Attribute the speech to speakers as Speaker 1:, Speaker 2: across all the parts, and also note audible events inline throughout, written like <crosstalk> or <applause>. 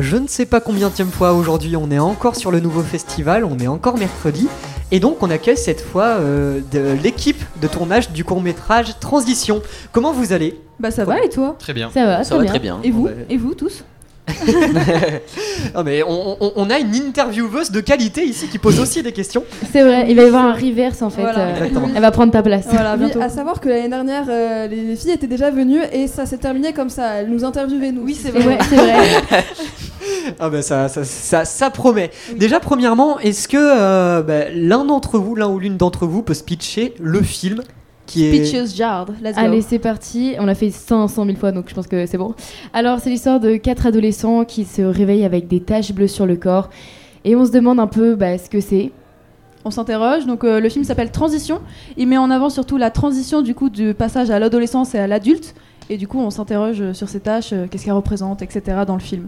Speaker 1: je ne sais pas combien de fois aujourd'hui, on est encore sur le nouveau festival, on est encore mercredi, et donc on accueille cette fois euh, de- l'équipe de tournage du court métrage Transition. Comment vous allez
Speaker 2: Bah ça va et toi
Speaker 3: Très bien.
Speaker 4: Ça va,
Speaker 5: Ça va très bien.
Speaker 2: Et vous
Speaker 1: va-
Speaker 2: Et vous tous
Speaker 1: <laughs> Non mais on, on- on a une intervieweuse de qualité ici qui pose aussi des questions.
Speaker 4: C'est vrai, il va y avoir un reverse en fait.
Speaker 2: Voilà.
Speaker 4: euh,
Speaker 1: Exactement.
Speaker 4: elle va prendre ta place.
Speaker 2: Voilà, bientôt.
Speaker 6: Oui, à savoir que l'année dernière, euh, les, les filles étaient déjà venues et ça s'est terminé comme ça. Elles nous interviewaient, nous.
Speaker 2: Oui, c'est <laughs>
Speaker 4: Et ouais, c'est vrai.
Speaker 1: Ah bah ça, ça, ça, ça promet. Déjà premièrement, est-ce que euh, bah, l'un d'entre vous, l'un ou l'une d'entre vous peut se pitcher le film qui est...
Speaker 2: Pitches Yard, let's go.
Speaker 4: Allez, c'est parti. On l'a fait 500 000 fois, donc je pense que c'est bon. Alors, c'est l'histoire de quatre adolescents qui se réveillent avec des taches bleues sur le corps. Et on se demande un peu bah, ce que c'est.
Speaker 2: On s'interroge. Donc euh, le film s'appelle Transition. Il met en avant surtout la transition du coup du passage à l'adolescence et à l'adulte. Et du coup, on s'interroge euh, sur ses tâches, euh, qu'est-ce qu'elle représente, etc. dans le film.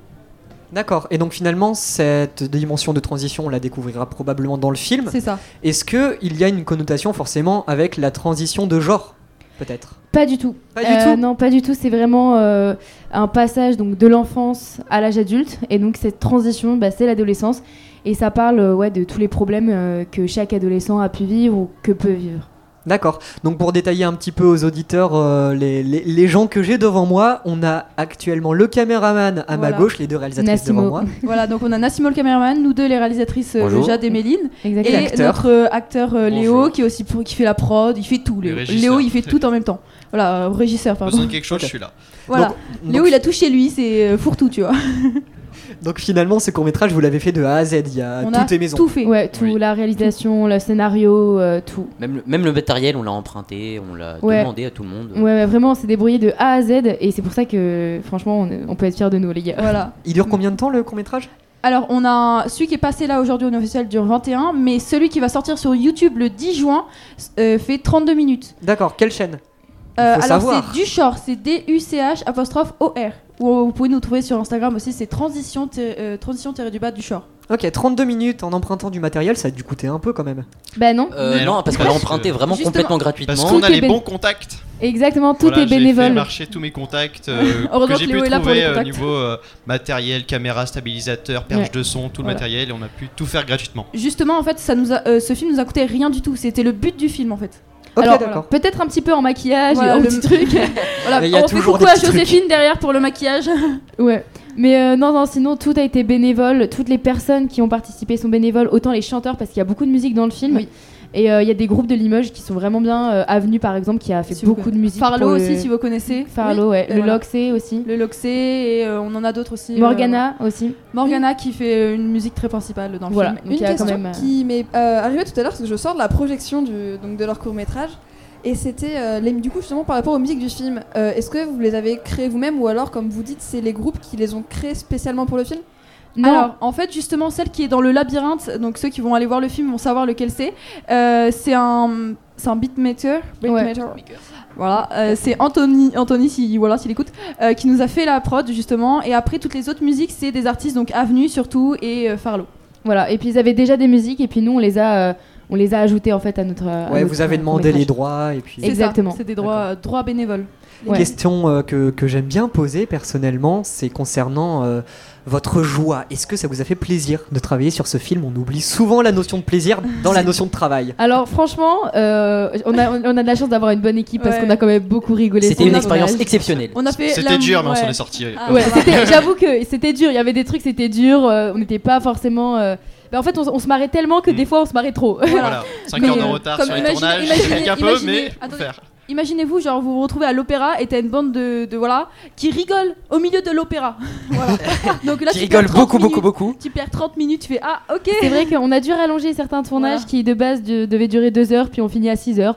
Speaker 1: D'accord. Et donc finalement, cette dimension de transition, on la découvrira probablement dans le film.
Speaker 2: C'est ça.
Speaker 1: Est-ce que il y a une connotation forcément avec la transition de genre, peut-être
Speaker 4: Pas du tout.
Speaker 1: Pas du
Speaker 4: Euh,
Speaker 1: tout.
Speaker 4: Non, pas du tout. C'est vraiment euh, un passage donc de l'enfance à l'âge adulte, et donc cette transition, bah, c'est l'adolescence, et ça parle euh, ouais de tous les problèmes euh, que chaque adolescent a pu vivre ou que peut vivre.
Speaker 1: D'accord. Donc pour détailler un petit peu aux auditeurs euh, les, les- les gens que j'ai devant moi, on a actuellement le caméraman à ma
Speaker 2: Voilà.
Speaker 1: gauche, les deux réalisatrices
Speaker 2: <laughs>
Speaker 4: Nassimo.
Speaker 1: devant moi.
Speaker 2: voilà, donc on a Nassimo le caméraman, nous deux les réalisatrices euh,
Speaker 5: Bonjour.
Speaker 2: Jade et Méline. Et,
Speaker 4: Exactement.
Speaker 1: l'acteur.
Speaker 2: notre euh, acteur euh, Léo
Speaker 3: Bonjour.
Speaker 2: qui, est aussi pour- qui fait la prod, il fait tout.
Speaker 3: Le
Speaker 2: Léo,
Speaker 3: régisseur.
Speaker 2: Léo il fait tout en même temps. Voilà, euh, régisseur, pardon.
Speaker 3: Besoin de quelque chose, je suis là.
Speaker 2: Voilà.
Speaker 1: Donc,
Speaker 2: Léo,
Speaker 1: donc-
Speaker 2: il a tout chez lui, c'est euh, fourre-tout, tu vois.
Speaker 1: donc finalement, ce court métrage, vous l'avez fait de A à Z. Il y a
Speaker 2: On
Speaker 1: toutes
Speaker 2: a
Speaker 1: les maisons.
Speaker 2: tout fait.
Speaker 4: Ouais, tout,
Speaker 3: Oui.
Speaker 4: la réalisation, le scénario, euh, tout.
Speaker 5: Même, le- même le matériel, on l'a emprunté, on l'a
Speaker 4: Ouais.
Speaker 5: demandé à tout le monde.
Speaker 4: Ouais, ouais, vraiment, on s'est débrouillé de A à Z, et c'est pour ça que franchement, on, est- on peut être fiers de nous, les gars.
Speaker 2: Voilà.
Speaker 1: Il dure combien de temps le court métrage
Speaker 2: Alors, on a un- celui qui est passé là aujourd'hui au officiel dure 21, mais celui qui va sortir sur YouTube le 10 juin euh, fait 32 minutes.
Speaker 1: D'accord. Quelle chaîne
Speaker 2: Euh,
Speaker 1: Il faut
Speaker 2: alors,
Speaker 1: savoir.
Speaker 2: c'est Duchor, c'est D-U-C-H apostrophe O-R. Ou vous pouvez nous trouver sur Instagram aussi, c'est transition tiré- euh, transition-du-bas Duchor.
Speaker 1: Ok, 32 minutes en empruntant du matériel, ça a dû coûter un peu quand même.
Speaker 4: Bah non,
Speaker 5: Euh,
Speaker 3: Mais
Speaker 5: non,
Speaker 3: non,
Speaker 5: parce qu'on l'a
Speaker 3: parce
Speaker 5: emprunté
Speaker 3: que-
Speaker 5: vraiment
Speaker 2: Justement.
Speaker 5: complètement
Speaker 3: Parce
Speaker 5: gratuitement.
Speaker 3: qu'on a
Speaker 4: Tout
Speaker 3: les
Speaker 4: est bé-
Speaker 3: bons contacts.
Speaker 4: exactement, tout
Speaker 3: Voilà,
Speaker 4: est
Speaker 3: J'ai fait
Speaker 4: bénévole.
Speaker 3: marcher tous mes contacts euh,
Speaker 2: <laughs> Heureusement que
Speaker 3: que j'ai pu
Speaker 2: Léo est là pour les
Speaker 3: trouver au
Speaker 2: contacts.
Speaker 3: niveau euh, matériel, caméra, stabilisateur, perche
Speaker 4: Ouais.
Speaker 3: de son, tout le
Speaker 2: Voilà.
Speaker 3: matériel. Et on a pu tout faire gratuitement.
Speaker 2: Justement, en fait, ça nous a- euh, ce film nous a coûté rien du tout. C'était le but du film, en fait.
Speaker 1: Ok,
Speaker 4: Alors,
Speaker 1: d'accord.
Speaker 4: Peut-être un petit peu en
Speaker 6: Ah,
Speaker 4: maquillage,
Speaker 2: Voilà,
Speaker 4: et en
Speaker 2: le-
Speaker 4: petit truc.
Speaker 2: <laughs> Voilà,
Speaker 1: Mais il y a
Speaker 2: on fait
Speaker 1: toujours
Speaker 2: coucou
Speaker 1: des
Speaker 2: à
Speaker 1: petits trucs.
Speaker 2: Joséphine derrière pour le maquillage.
Speaker 4: Ouais. Mais euh, non, non, sinon tout a été bénévole. Toutes les personnes qui ont participé sont bénévoles, autant les chanteurs, parce qu'il y a beaucoup de musique dans le film.
Speaker 2: Oui.
Speaker 4: Et euh, il y a des groupes de Limoges qui sont vraiment bien. euh, Avenue, par exemple, qui a fait
Speaker 2: Si vous
Speaker 4: beaucoup de musique.
Speaker 2: Farlo
Speaker 4: pour le-
Speaker 6: euh,
Speaker 2: aussi, si vous connaissez.
Speaker 4: Farlo, ouais.
Speaker 2: et
Speaker 4: Le
Speaker 2: voilà.
Speaker 4: Loxé aussi.
Speaker 2: Le Loxé, et euh, on en a d'autres aussi. euh,
Speaker 4: Morgana aussi.
Speaker 2: Morgana qui fait euh, une musique très principale dans le
Speaker 4: Voilà.
Speaker 2: film.
Speaker 4: Donc,
Speaker 6: Une
Speaker 4: il y a quand
Speaker 6: question
Speaker 4: même. euh,
Speaker 6: qui m'est euh, arrivée tout à l'heure, parce que je sors de la projection du, donc, de leur court-métrage. Et c'était, euh, les- du coup, justement, par rapport aux musiques du film, euh, est-ce que vous les avez créées vous-même ou alors, comme vous dites, c'est les groupes qui les ont créées spécialement pour le film
Speaker 4: Non.
Speaker 2: Alors, en fait, justement, celle qui est dans le labyrinthe, donc ceux qui vont aller voir le film vont savoir lequel c'est. Euh, c'est un, c'est un beatmaker.
Speaker 4: Ouais.
Speaker 2: Voilà, euh, c'est Anthony, Anthony, si voilà, s'il écoute, euh, qui nous a fait la prod justement. Et après, toutes les autres musiques, c'est des artistes, donc Avenue surtout et euh, Farlow.
Speaker 4: Voilà. Et puis ils avaient déjà des musiques, et puis nous on les a, euh, on les a ajoutées en fait à notre. à
Speaker 1: Ouais,
Speaker 4: notre,
Speaker 1: vous avez
Speaker 4: euh,
Speaker 1: demandé les
Speaker 4: court-métrage.
Speaker 1: droits et puis.
Speaker 2: C'est ça,
Speaker 4: Exactement.
Speaker 2: C'est des droits, euh, droits bénévoles.
Speaker 4: Ouais.
Speaker 1: Question euh, que, que j'aime bien poser personnellement, c'est concernant euh, votre joie. Est-ce que ça vous a fait plaisir de travailler sur ce film On oublie souvent la notion de plaisir dans la notion de travail.
Speaker 4: Alors franchement, euh, on, a, on a de la chance d'avoir une bonne équipe parce
Speaker 2: Ouais.
Speaker 4: qu'on a quand même beaucoup rigolé.
Speaker 5: C'était
Speaker 4: sur
Speaker 5: une
Speaker 4: le
Speaker 5: expérience
Speaker 4: tournage.
Speaker 5: exceptionnelle.
Speaker 2: On a fait. la-
Speaker 3: C'était dur, mais on s'en
Speaker 2: ouais.
Speaker 3: est sorti.
Speaker 2: Ah,
Speaker 3: <laughs>
Speaker 4: Ouais,
Speaker 2: ça va.
Speaker 4: c'était- j'avoue que c'était dur. Il y avait des trucs, c'était dur. euh, on n'était pas forcément. euh, bah, en fait, on, s- on se marrait tellement que
Speaker 5: Mm.
Speaker 4: des fois, on se marrait trop. <laughs>
Speaker 3: Voilà, 5
Speaker 2: Mais,
Speaker 3: heures de
Speaker 2: euh,
Speaker 3: retard
Speaker 2: comme
Speaker 3: sur les
Speaker 2: imagine-
Speaker 3: tournages,
Speaker 2: imaginez-
Speaker 3: ça pique un peu,
Speaker 2: imaginez-
Speaker 3: mais faut
Speaker 2: attendez.
Speaker 3: faire.
Speaker 2: Imaginez-vous, genre, vous vous retrouvez à l'opéra et t'as une bande de, de voilà qui rigole au milieu de
Speaker 4: <laughs>
Speaker 2: l'opéra.
Speaker 5: <laughs>
Speaker 2: Voilà. Donc là,
Speaker 5: Qui
Speaker 2: tu
Speaker 5: rigole
Speaker 2: perds 30
Speaker 5: beaucoup, beaucoup,
Speaker 2: minutes-
Speaker 5: beaucoup.
Speaker 2: Tu perds 30 minutes, tu fais ah <laughs> ok.
Speaker 4: C'est vrai qu'on a dû rallonger certains tournages
Speaker 2: Voilà.
Speaker 4: qui, de base, de- devaient durer deux heures, puis on finit à 6 heures.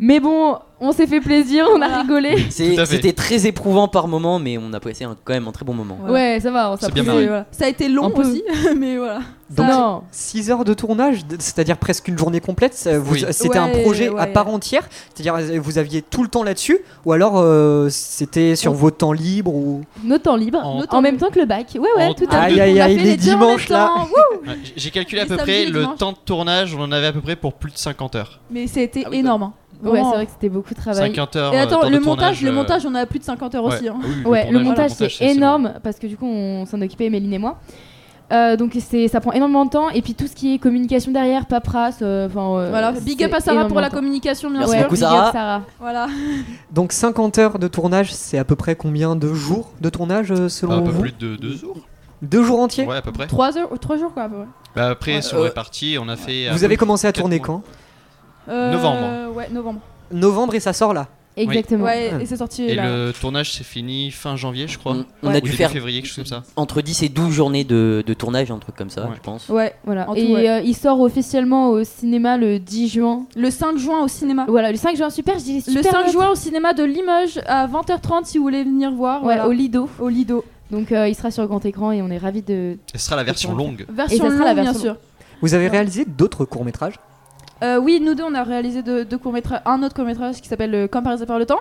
Speaker 4: Mais bon, on s'est fait plaisir, on a
Speaker 2: Voilà.
Speaker 4: rigolé.
Speaker 5: C'est-
Speaker 3: Tout à fait.
Speaker 5: C'était très éprouvant par moment, mais on a passé un- quand même un très bon moment.
Speaker 2: Ouais.
Speaker 4: Ouais, ça va, on
Speaker 3: C'est
Speaker 4: s'est
Speaker 3: bien
Speaker 2: C'est-
Speaker 3: marré.
Speaker 2: voilà. Ça a été long
Speaker 4: Un peu.
Speaker 2: aussi, <laughs> mais voilà.
Speaker 1: Donc,
Speaker 4: Non,
Speaker 1: 6 heures de tournage, d- c'est-à-dire presque une journée complète, ça- vous-
Speaker 3: Oui.
Speaker 1: c'était un
Speaker 2: Ouais,
Speaker 1: projet à
Speaker 2: ouais.
Speaker 1: part entière, c'est-à-dire euh, vous aviez tout le temps là-dessus, ou alors euh, c'était sur vos temps libres ou...
Speaker 4: nos temps libres,
Speaker 3: En-
Speaker 4: en, même temps que le bac. Ouais, ouais,
Speaker 3: En-
Speaker 4: tout à fait.
Speaker 1: Aïe
Speaker 2: On
Speaker 1: aïe
Speaker 2: a
Speaker 1: aïe,
Speaker 2: fait
Speaker 1: les
Speaker 2: deux en même
Speaker 1: dimanches là
Speaker 2: temps. Wouh
Speaker 3: Ouais, j- J'ai calculé à
Speaker 2: Les
Speaker 3: peu
Speaker 2: samedis
Speaker 3: près
Speaker 2: et
Speaker 3: le
Speaker 2: dimanches.
Speaker 3: temps de tournage, on en avait à peu près pour plus de 50 heures.
Speaker 2: Mais c'était
Speaker 3: bah.
Speaker 5: Ah oui,
Speaker 2: énorme. hein.
Speaker 4: Ouais,
Speaker 2: Vraiment.
Speaker 4: c'est vrai que c'était beaucoup travaillé.
Speaker 3: 50 heures.
Speaker 2: Ah bah Et
Speaker 3: euh,
Speaker 2: attends,
Speaker 3: temps de
Speaker 2: le montage, le
Speaker 3: tournage, euh,
Speaker 2: montage, on a plus de 50 heures
Speaker 3: ouais.
Speaker 2: aussi. hein.
Speaker 3: Ah oui,
Speaker 4: Ouais, le
Speaker 3: tournage,
Speaker 4: montage
Speaker 3: montage,
Speaker 4: c'est énorme parce que du coup on s'en occupait, Méline et moi. Euh, donc c'est ça prend énormément de temps et puis tout ce qui est communication derrière, paperasse. euh, enfin, euh,
Speaker 2: Voilà, big
Speaker 4: c'est
Speaker 2: up à Sarah pour
Speaker 4: énormément
Speaker 2: la
Speaker 4: de temps.
Speaker 2: communication, bien
Speaker 5: Merci
Speaker 2: sûr.
Speaker 4: Ouais,
Speaker 5: beaucoup,
Speaker 4: big up,
Speaker 5: Sarah.
Speaker 2: Voilà.
Speaker 1: Donc 50 heures de tournage, c'est à peu près combien de jours de tournage euh,
Speaker 3: Un
Speaker 1: selon
Speaker 3: peu
Speaker 1: vous
Speaker 3: plus de deux jours.
Speaker 1: Deux jours entiers
Speaker 3: Ouais, à peu près.
Speaker 2: 3 heures, euh, trois jours quoi. à peu près.
Speaker 3: Bah, après,
Speaker 5: Ouais,
Speaker 3: sur
Speaker 5: euh,
Speaker 3: les parties, on a fait.
Speaker 1: Vous
Speaker 3: euh,
Speaker 1: avez commencé à
Speaker 3: quatre
Speaker 1: tourner
Speaker 3: mois.
Speaker 1: quand
Speaker 2: Euh,
Speaker 3: Novembre.
Speaker 2: Ouais, novembre.
Speaker 1: Novembre et ça sort là.
Speaker 4: Exactement.
Speaker 2: Ouais,
Speaker 1: Ouais.
Speaker 2: et c'est sorti
Speaker 3: Et
Speaker 2: là.
Speaker 3: le tournage s'est fini fin janvier, je crois.
Speaker 5: On, on
Speaker 3: Ou
Speaker 5: a dû
Speaker 3: début
Speaker 5: faire
Speaker 3: février, quelque chose comme ça.
Speaker 5: entre 10 et 12 journées de, de tournage, un truc comme ça,
Speaker 3: Ouais.
Speaker 5: je pense.
Speaker 2: Ouais.
Speaker 4: Voilà.
Speaker 2: En tout,
Speaker 4: et
Speaker 2: ouais.
Speaker 4: euh, il sort officiellement au cinéma le 10 juin.
Speaker 2: Le 5 juin au cinéma.
Speaker 4: Ah. Voilà, le 5 juin, super, je dis
Speaker 2: Le
Speaker 4: super
Speaker 2: 5
Speaker 4: notes.
Speaker 2: juin au cinéma de Limoges à 20h30 si vous voulez venir voir.
Speaker 4: Ouais,
Speaker 2: voilà.
Speaker 4: au Lido.
Speaker 2: Au Lido.
Speaker 4: Donc euh, il sera sur grand écran et on est ravis de.
Speaker 3: Ce sera la version longue.
Speaker 2: Version
Speaker 4: Et ça
Speaker 2: longue,
Speaker 4: sera la
Speaker 2: bien
Speaker 4: version
Speaker 2: sûr.
Speaker 1: Vous avez réalisé d'autres courts-métrages
Speaker 2: Euh, oui, nous deux, on a réalisé deux, deux courts-métrages, un autre court-métrage qui s'appelle euh, Comme par par le temps,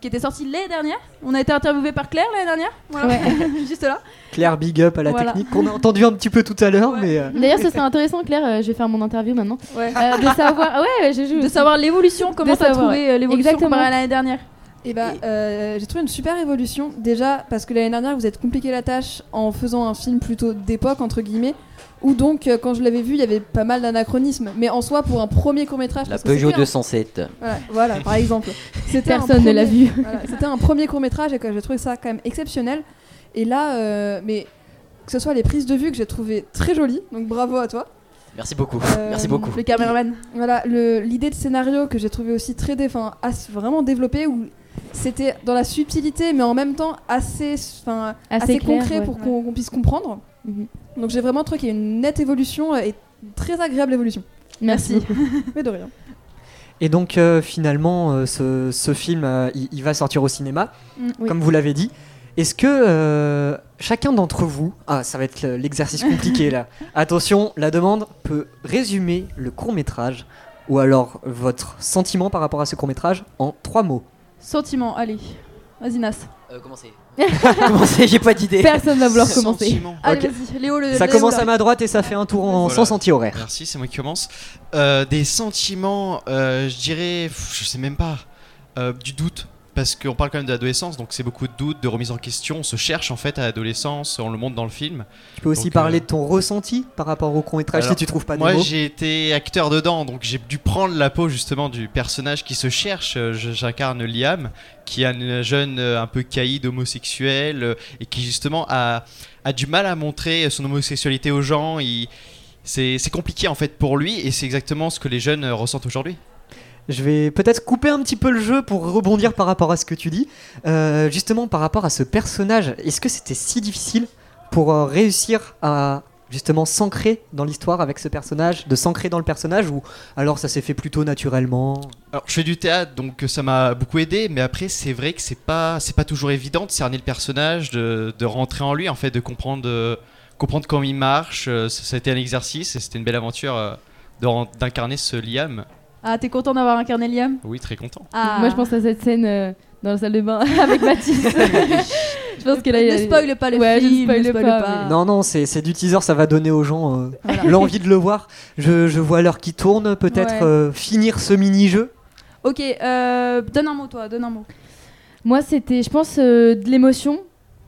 Speaker 2: qui était sorti l'année dernière. On a été interviewé par Claire l'année dernière. Voilà. <laughs> Juste là.
Speaker 1: Claire Big Up à la
Speaker 2: Voilà.
Speaker 1: technique qu'on a entendu un petit peu tout à l'heure,
Speaker 2: Ouais.
Speaker 1: mais euh,
Speaker 4: D'ailleurs, ce serait intéressant, Claire, euh, je vais faire mon interview maintenant,
Speaker 2: Ouais.
Speaker 4: euh, de savoir. Ah Ouais, ouais, je joue.
Speaker 2: De savoir l'évolution, comment
Speaker 4: De
Speaker 2: t'as
Speaker 4: savoir,
Speaker 2: trouvé euh, l'évolution
Speaker 4: Exactement.
Speaker 2: comparée à l'année dernière.
Speaker 6: Et bah, euh, j'ai trouvé une super évolution. Déjà, parce que l'année dernière, vous êtes compliqué la tâche en faisant un film plutôt d'époque, entre guillemets. Où donc, euh, quand je l'avais vu, il y avait pas mal d'anachronismes. Mais en soi, pour un premier court-métrage.
Speaker 5: La
Speaker 6: parce que
Speaker 5: Peugeot
Speaker 6: c'était un-
Speaker 5: 207.
Speaker 6: Voilà, voilà, par exemple. <laughs> C'était un
Speaker 4: Personne ne l'a
Speaker 6: premier-
Speaker 4: vu.
Speaker 6: voilà, C'était un premier court métrage et que j'ai trouvé ça quand même exceptionnel. Et là, euh, mais que ce soit les prises de vue que j'ai trouvé très jolies, donc bravo à toi.
Speaker 5: Merci beaucoup.
Speaker 6: Euh,
Speaker 5: Merci beaucoup.
Speaker 2: Le caméraman.
Speaker 6: Voilà, le- l'idée de scénario que j'ai trouvé aussi très dé- enfin, as- vraiment développée, où c'était dans la subtilité, mais en même temps assez, enfin, assez,
Speaker 4: clair,
Speaker 6: concret
Speaker 4: ouais.
Speaker 6: pour qu'on qu'on puisse comprendre.
Speaker 4: Mhm.
Speaker 6: Donc j'ai vraiment trouvé qu'il y a une nette évolution et une très agréable évolution.
Speaker 4: Merci.
Speaker 2: Merci.
Speaker 6: Mais de rien.
Speaker 1: et donc euh, finalement euh, ce, ce film euh, il, il va sortir au cinéma,
Speaker 2: Mm,
Speaker 4: oui.
Speaker 1: comme vous l'avez dit. Est-ce que euh, chacun d'entre vous, ah ça va être le- l'exercice compliqué
Speaker 2: <laughs>
Speaker 1: là. Attention, la demande peut résumer le court métrage ou alors votre sentiment par rapport à ce court métrage en trois <laughs> mots.
Speaker 2: Sentiment, allez. Vas-y, Nas.
Speaker 5: Euh, commencez. commencez, j'ai pas d'idée.
Speaker 4: Personne
Speaker 2: <laughs>
Speaker 4: va vouloir commencer. <laughs>
Speaker 3: Sentiment.
Speaker 2: Allez,
Speaker 1: Ok.
Speaker 2: vas-y. Léo, le.
Speaker 1: Ça
Speaker 2: Léo,
Speaker 1: commence
Speaker 2: là.
Speaker 1: à ma droite et ça fait un tour en
Speaker 3: Voilà.
Speaker 1: sens anti-horaire.
Speaker 3: Merci, c'est moi qui commence. Euh, des sentiments, euh, je dirais, pff, je sais même pas, euh, du doute. Parce qu'on parle quand même d'adolescence, donc c'est beaucoup de doutes, de remise en question. On se cherche en fait à l'adolescence, on le montre dans le film.
Speaker 1: Tu peux aussi
Speaker 3: Donc,
Speaker 1: parler
Speaker 3: euh,
Speaker 1: de ton ressenti par rapport au court métrage si
Speaker 3: Alors,
Speaker 1: tu trouves pas de
Speaker 3: Moi
Speaker 1: mots.
Speaker 3: j'ai été acteur dedans, donc j'ai dû prendre la peau justement du personnage qui se cherche. Euh, je- J'incarne Liam, qui est un jeune euh, un peu caïd, homosexuel, euh, et qui justement a, a du mal à montrer son homosexualité aux gens. Il- C'est c'est compliqué en fait pour lui, et c'est exactement ce que les jeunes euh, ressentent aujourd'hui.
Speaker 1: Je vais peut-être couper un petit peu le jeu pour rebondir par rapport à ce que tu dis. Euh, justement, par rapport à ce personnage, est-ce que c'était si difficile pour euh, réussir à justement s'ancrer dans l'histoire avec ce personnage, de s'ancrer dans le personnage, ou alors ça s'est fait plutôt naturellement
Speaker 3: Alors, je fais du théâtre, donc euh, ça m'a beaucoup aidé, mais après, c'est vrai que c'est pas, c'est pas toujours évident de cerner le personnage, de, de rentrer en lui, en fait, de comprendre, euh, comprendre comment il marche. euh, ça, ça a été un exercice et c'était une belle aventure euh, de ren- d'incarner ce Liam.
Speaker 2: Ah, t'es content d'avoir incarné Liam
Speaker 3: Oui, très content.
Speaker 2: ah.
Speaker 4: Moi, je pense à cette scène euh, dans la salle de bain <laughs> avec Mathis.
Speaker 2: <laughs>
Speaker 4: je pense que là, il y a-
Speaker 2: Ne spoil pas le
Speaker 4: Ouais, je
Speaker 2: film.
Speaker 4: spoil
Speaker 2: ne spoil
Speaker 4: pas,
Speaker 2: pas.
Speaker 1: Non, non, c'est c'est du teaser, ça va donner aux gens euh,
Speaker 2: Voilà.
Speaker 1: l'envie de le voir. Je, je vois l'heure qui tourne, peut-être
Speaker 2: Ouais.
Speaker 1: euh, finir ce mini-jeu.
Speaker 2: Ok, euh, donne un mot, toi, donne un mot.
Speaker 4: Moi, c'était, je pense, euh, de l'émotion.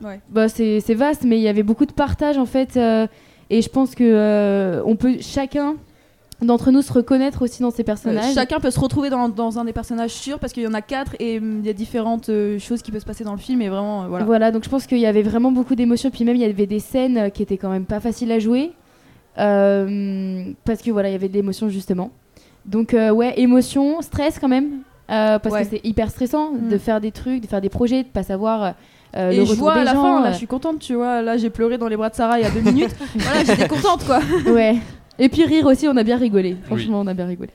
Speaker 2: Ouais.
Speaker 4: Bah, c'est c'est vaste, mais il y avait beaucoup de partage en fait. euh, et je pense que euh, on peut chacun d'entre nous se reconnaître aussi dans ces personnages.
Speaker 2: Euh, chacun peut se retrouver dans, dans un des personnages sûrs parce qu'il y en a quatre et hum, il y a différentes euh, choses qui peuvent se passer dans le film et vraiment euh, voilà.
Speaker 4: Voilà. donc je pense qu'il y avait vraiment beaucoup d'émotions. Puis même, il y avait des scènes euh, qui étaient quand même pas faciles à jouer. euh, parce que voilà, il y avait de l'émotion justement. Donc, euh, ouais, émotion, stress quand même. euh, parce
Speaker 2: Ouais.
Speaker 4: que c'est hyper stressant
Speaker 2: Mm.
Speaker 4: de faire des trucs, de faire des projets, de pas savoir euh,
Speaker 2: Et
Speaker 4: le
Speaker 2: je
Speaker 4: retour
Speaker 2: vois à
Speaker 4: des
Speaker 2: la
Speaker 4: gens.
Speaker 2: fin, là,
Speaker 4: euh,
Speaker 2: je suis contente, tu vois. Là, j'ai pleuré dans les bras de Sarah il y a deux
Speaker 4: <laughs>
Speaker 2: minutes. voilà, j'étais contente, quoi.
Speaker 4: Ouais. Et puis rire aussi, on a bien rigolé. Franchement, on a bien rigolé.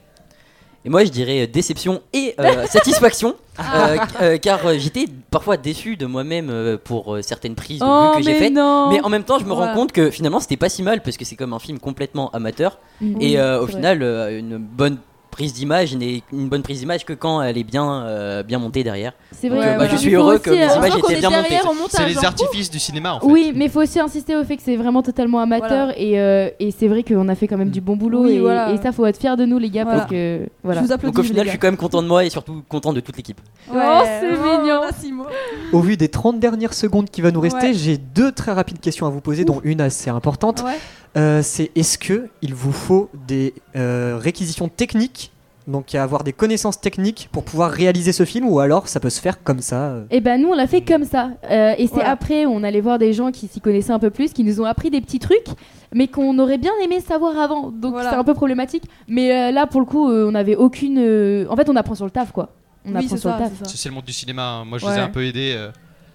Speaker 5: Et moi, je dirais euh, déception et euh, satisfaction, euh, euh, car euh, j'étais parfois déçu de moi-même euh, pour euh, certaines prises de
Speaker 4: Oh,
Speaker 5: vue que j'ai faites.
Speaker 4: non
Speaker 5: Mais en même temps, je me
Speaker 2: Voilà.
Speaker 5: rends compte que finalement, c'était pas si mal parce que c'est comme un film complètement amateur.
Speaker 4: Mm.
Speaker 5: et euh, au
Speaker 4: c'est
Speaker 5: final, euh, une bonne prise d'image n'est une bonne prise d'image que quand elle est bien, euh, bien montée derrière.
Speaker 4: C'est
Speaker 5: Donc,
Speaker 4: vrai.
Speaker 5: euh, bah,
Speaker 6: voilà.
Speaker 5: Je suis
Speaker 4: Il faut
Speaker 5: heureux
Speaker 4: aussi,
Speaker 5: que
Speaker 4: euh,
Speaker 5: mes
Speaker 4: on
Speaker 5: images
Speaker 4: sent qu'on
Speaker 5: étaient
Speaker 4: est
Speaker 5: bien montées.
Speaker 4: derrière au montage,
Speaker 3: C'est les
Speaker 4: genre,
Speaker 3: artifices du cinéma en fait.
Speaker 4: Oui, mais il faut aussi insister au fait que c'est vraiment totalement amateur et, euh, et c'est vrai qu'on a fait quand même du bon boulot
Speaker 6: Oui,
Speaker 4: et,
Speaker 6: voilà.
Speaker 4: et ça faut être fier de nous les gars
Speaker 6: Voilà.
Speaker 4: parce que voilà.
Speaker 6: Je vous applaudis.
Speaker 5: Donc au final, je
Speaker 6: les
Speaker 5: suis
Speaker 6: gars.
Speaker 5: quand même content de moi et surtout content de toute l'équipe.
Speaker 2: Oh, c'est
Speaker 6: oh,
Speaker 2: mignon.
Speaker 6: on a six mots.
Speaker 1: Au vu des 30 dernières secondes qui va nous rester,
Speaker 6: Ouais.
Speaker 1: j'ai deux très rapides questions à vous poser, dont une assez importante.
Speaker 6: Ouais.
Speaker 1: Euh, c'est est-ce que il vous faut des euh, réquisitions techniques, donc à avoir des connaissances techniques pour pouvoir réaliser ce film, ou alors ça peut se faire comme ça euh.
Speaker 4: Et ben nous on l'a fait comme ça Euh, et c'est
Speaker 6: Voilà.
Speaker 4: après on allait voir des gens qui s'y connaissaient un peu plus qui nous ont appris des petits trucs mais qu'on aurait bien aimé savoir avant donc
Speaker 6: Voilà.
Speaker 4: c'est un peu problématique mais euh, là pour le coup euh, on avait aucune euh, en fait on apprend sur le taf quoi on
Speaker 6: Oui,
Speaker 4: apprend
Speaker 6: c'est
Speaker 4: sur
Speaker 6: ça,
Speaker 4: le taf
Speaker 6: c'est ça.
Speaker 3: C'est c'est le monde du cinéma. hein. Moi, je
Speaker 4: Ouais.
Speaker 3: les ai un peu aidés euh,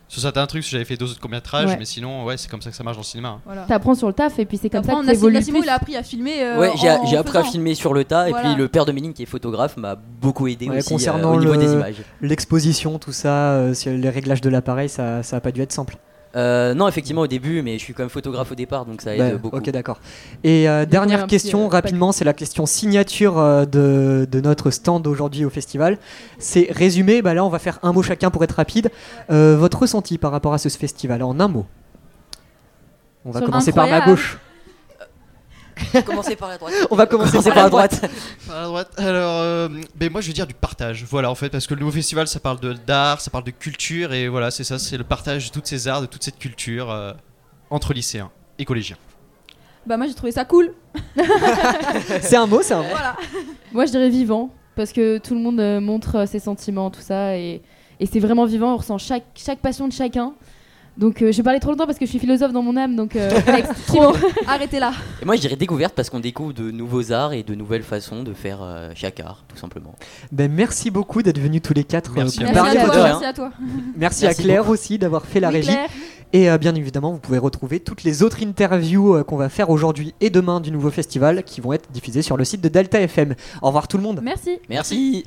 Speaker 3: sur certains trucs. parce que J'avais fait d'autres courts-métrages,
Speaker 4: Ouais.
Speaker 3: mais sinon, ouais, c'est comme ça que ça marche dans le cinéma. hein.
Speaker 6: Voilà.
Speaker 4: t'apprends sur le taf et puis c'est comme
Speaker 6: Après,
Speaker 4: ça
Speaker 6: on
Speaker 4: que
Speaker 6: a
Speaker 4: t'évolues
Speaker 6: Simon,
Speaker 4: plus.
Speaker 6: il a appris à filmer. euh,
Speaker 5: ouais, j'ai
Speaker 6: en-
Speaker 5: j'ai
Speaker 6: en
Speaker 5: appris à
Speaker 6: faisant.
Speaker 5: filmer sur le tas
Speaker 6: Voilà.
Speaker 5: et puis le père de Méline qui est photographe m'a beaucoup aidé
Speaker 1: Ouais,
Speaker 5: aussi euh,
Speaker 1: concernant
Speaker 5: au niveau
Speaker 1: le-
Speaker 5: des images.
Speaker 1: L'exposition, tout ça, euh, si- les réglages de l'appareil, ça, ça a pas dû être simple.
Speaker 5: Euh, non, effectivement au début, mais je suis quand même photographe au départ, donc ça aide
Speaker 1: Bah,
Speaker 5: beaucoup.
Speaker 1: ok, d'accord. Et euh,
Speaker 4: un
Speaker 1: dernière
Speaker 4: petit,
Speaker 1: question,
Speaker 4: euh,
Speaker 1: rapidement, c'est la question signature euh, de, de notre stand aujourd'hui au festival. C'est résumé, bah là on va faire un mot chacun pour être rapide. Euh, votre ressenti par rapport à ce festival en un mot on va
Speaker 4: Sur-
Speaker 1: commencer par
Speaker 6: Incroyable.
Speaker 1: ma gauche.
Speaker 5: Euh, Commencer par la droite.
Speaker 1: <laughs> On va commencer
Speaker 5: Commencer
Speaker 1: par la droite.
Speaker 5: droite.
Speaker 3: À droite. Alors, euh, mais moi, je veux dire du partage. Voilà, en fait, parce que le nouveau festival, ça parle de- d'art, ça parle de culture, et voilà, c'est ça, c'est le partage de toutes ces arts, de toute cette culture euh, entre lycéens et collégiens.
Speaker 6: Bah, moi, j'ai trouvé ça cool.
Speaker 1: C'est un mot, c'est un mot.
Speaker 4: <laughs>
Speaker 6: Voilà.
Speaker 4: Moi, je dirais vivant, parce que tout le monde euh, montre euh, ses sentiments, tout ça, et, et c'est vraiment vivant, on ressent chaque, chaque passion de chacun. Donc, euh, je vais parler trop longtemps parce que je suis philosophe dans mon âme, donc euh,
Speaker 6: <laughs>
Speaker 4: Alex,
Speaker 6: Trop. Arrêtez là.
Speaker 5: <laughs> Et moi, je dirais découverte parce qu'on découvre de nouveaux arts et de nouvelles façons de faire euh, chaque art, tout simplement.
Speaker 1: Ben, merci beaucoup d'être venus tous les quatre.
Speaker 3: Merci
Speaker 1: euh,
Speaker 3: à
Speaker 1: pour
Speaker 6: Merci
Speaker 5: parlez
Speaker 1: parler
Speaker 6: à toi.
Speaker 1: de-
Speaker 5: pas de rien.
Speaker 6: Merci à toi.
Speaker 1: Merci à
Speaker 5: Merci
Speaker 1: Claire aussi d'avoir
Speaker 4: <laughs>
Speaker 1: fait la
Speaker 6: Oui,
Speaker 1: régie.
Speaker 6: Claire.
Speaker 1: Et euh, bien évidemment, vous pouvez retrouver toutes les autres interviews euh, qu'on va faire aujourd'hui et demain du nouveau festival qui vont être diffusées sur le site de Delta FM. Au revoir tout le monde.
Speaker 6: Merci.
Speaker 5: Merci.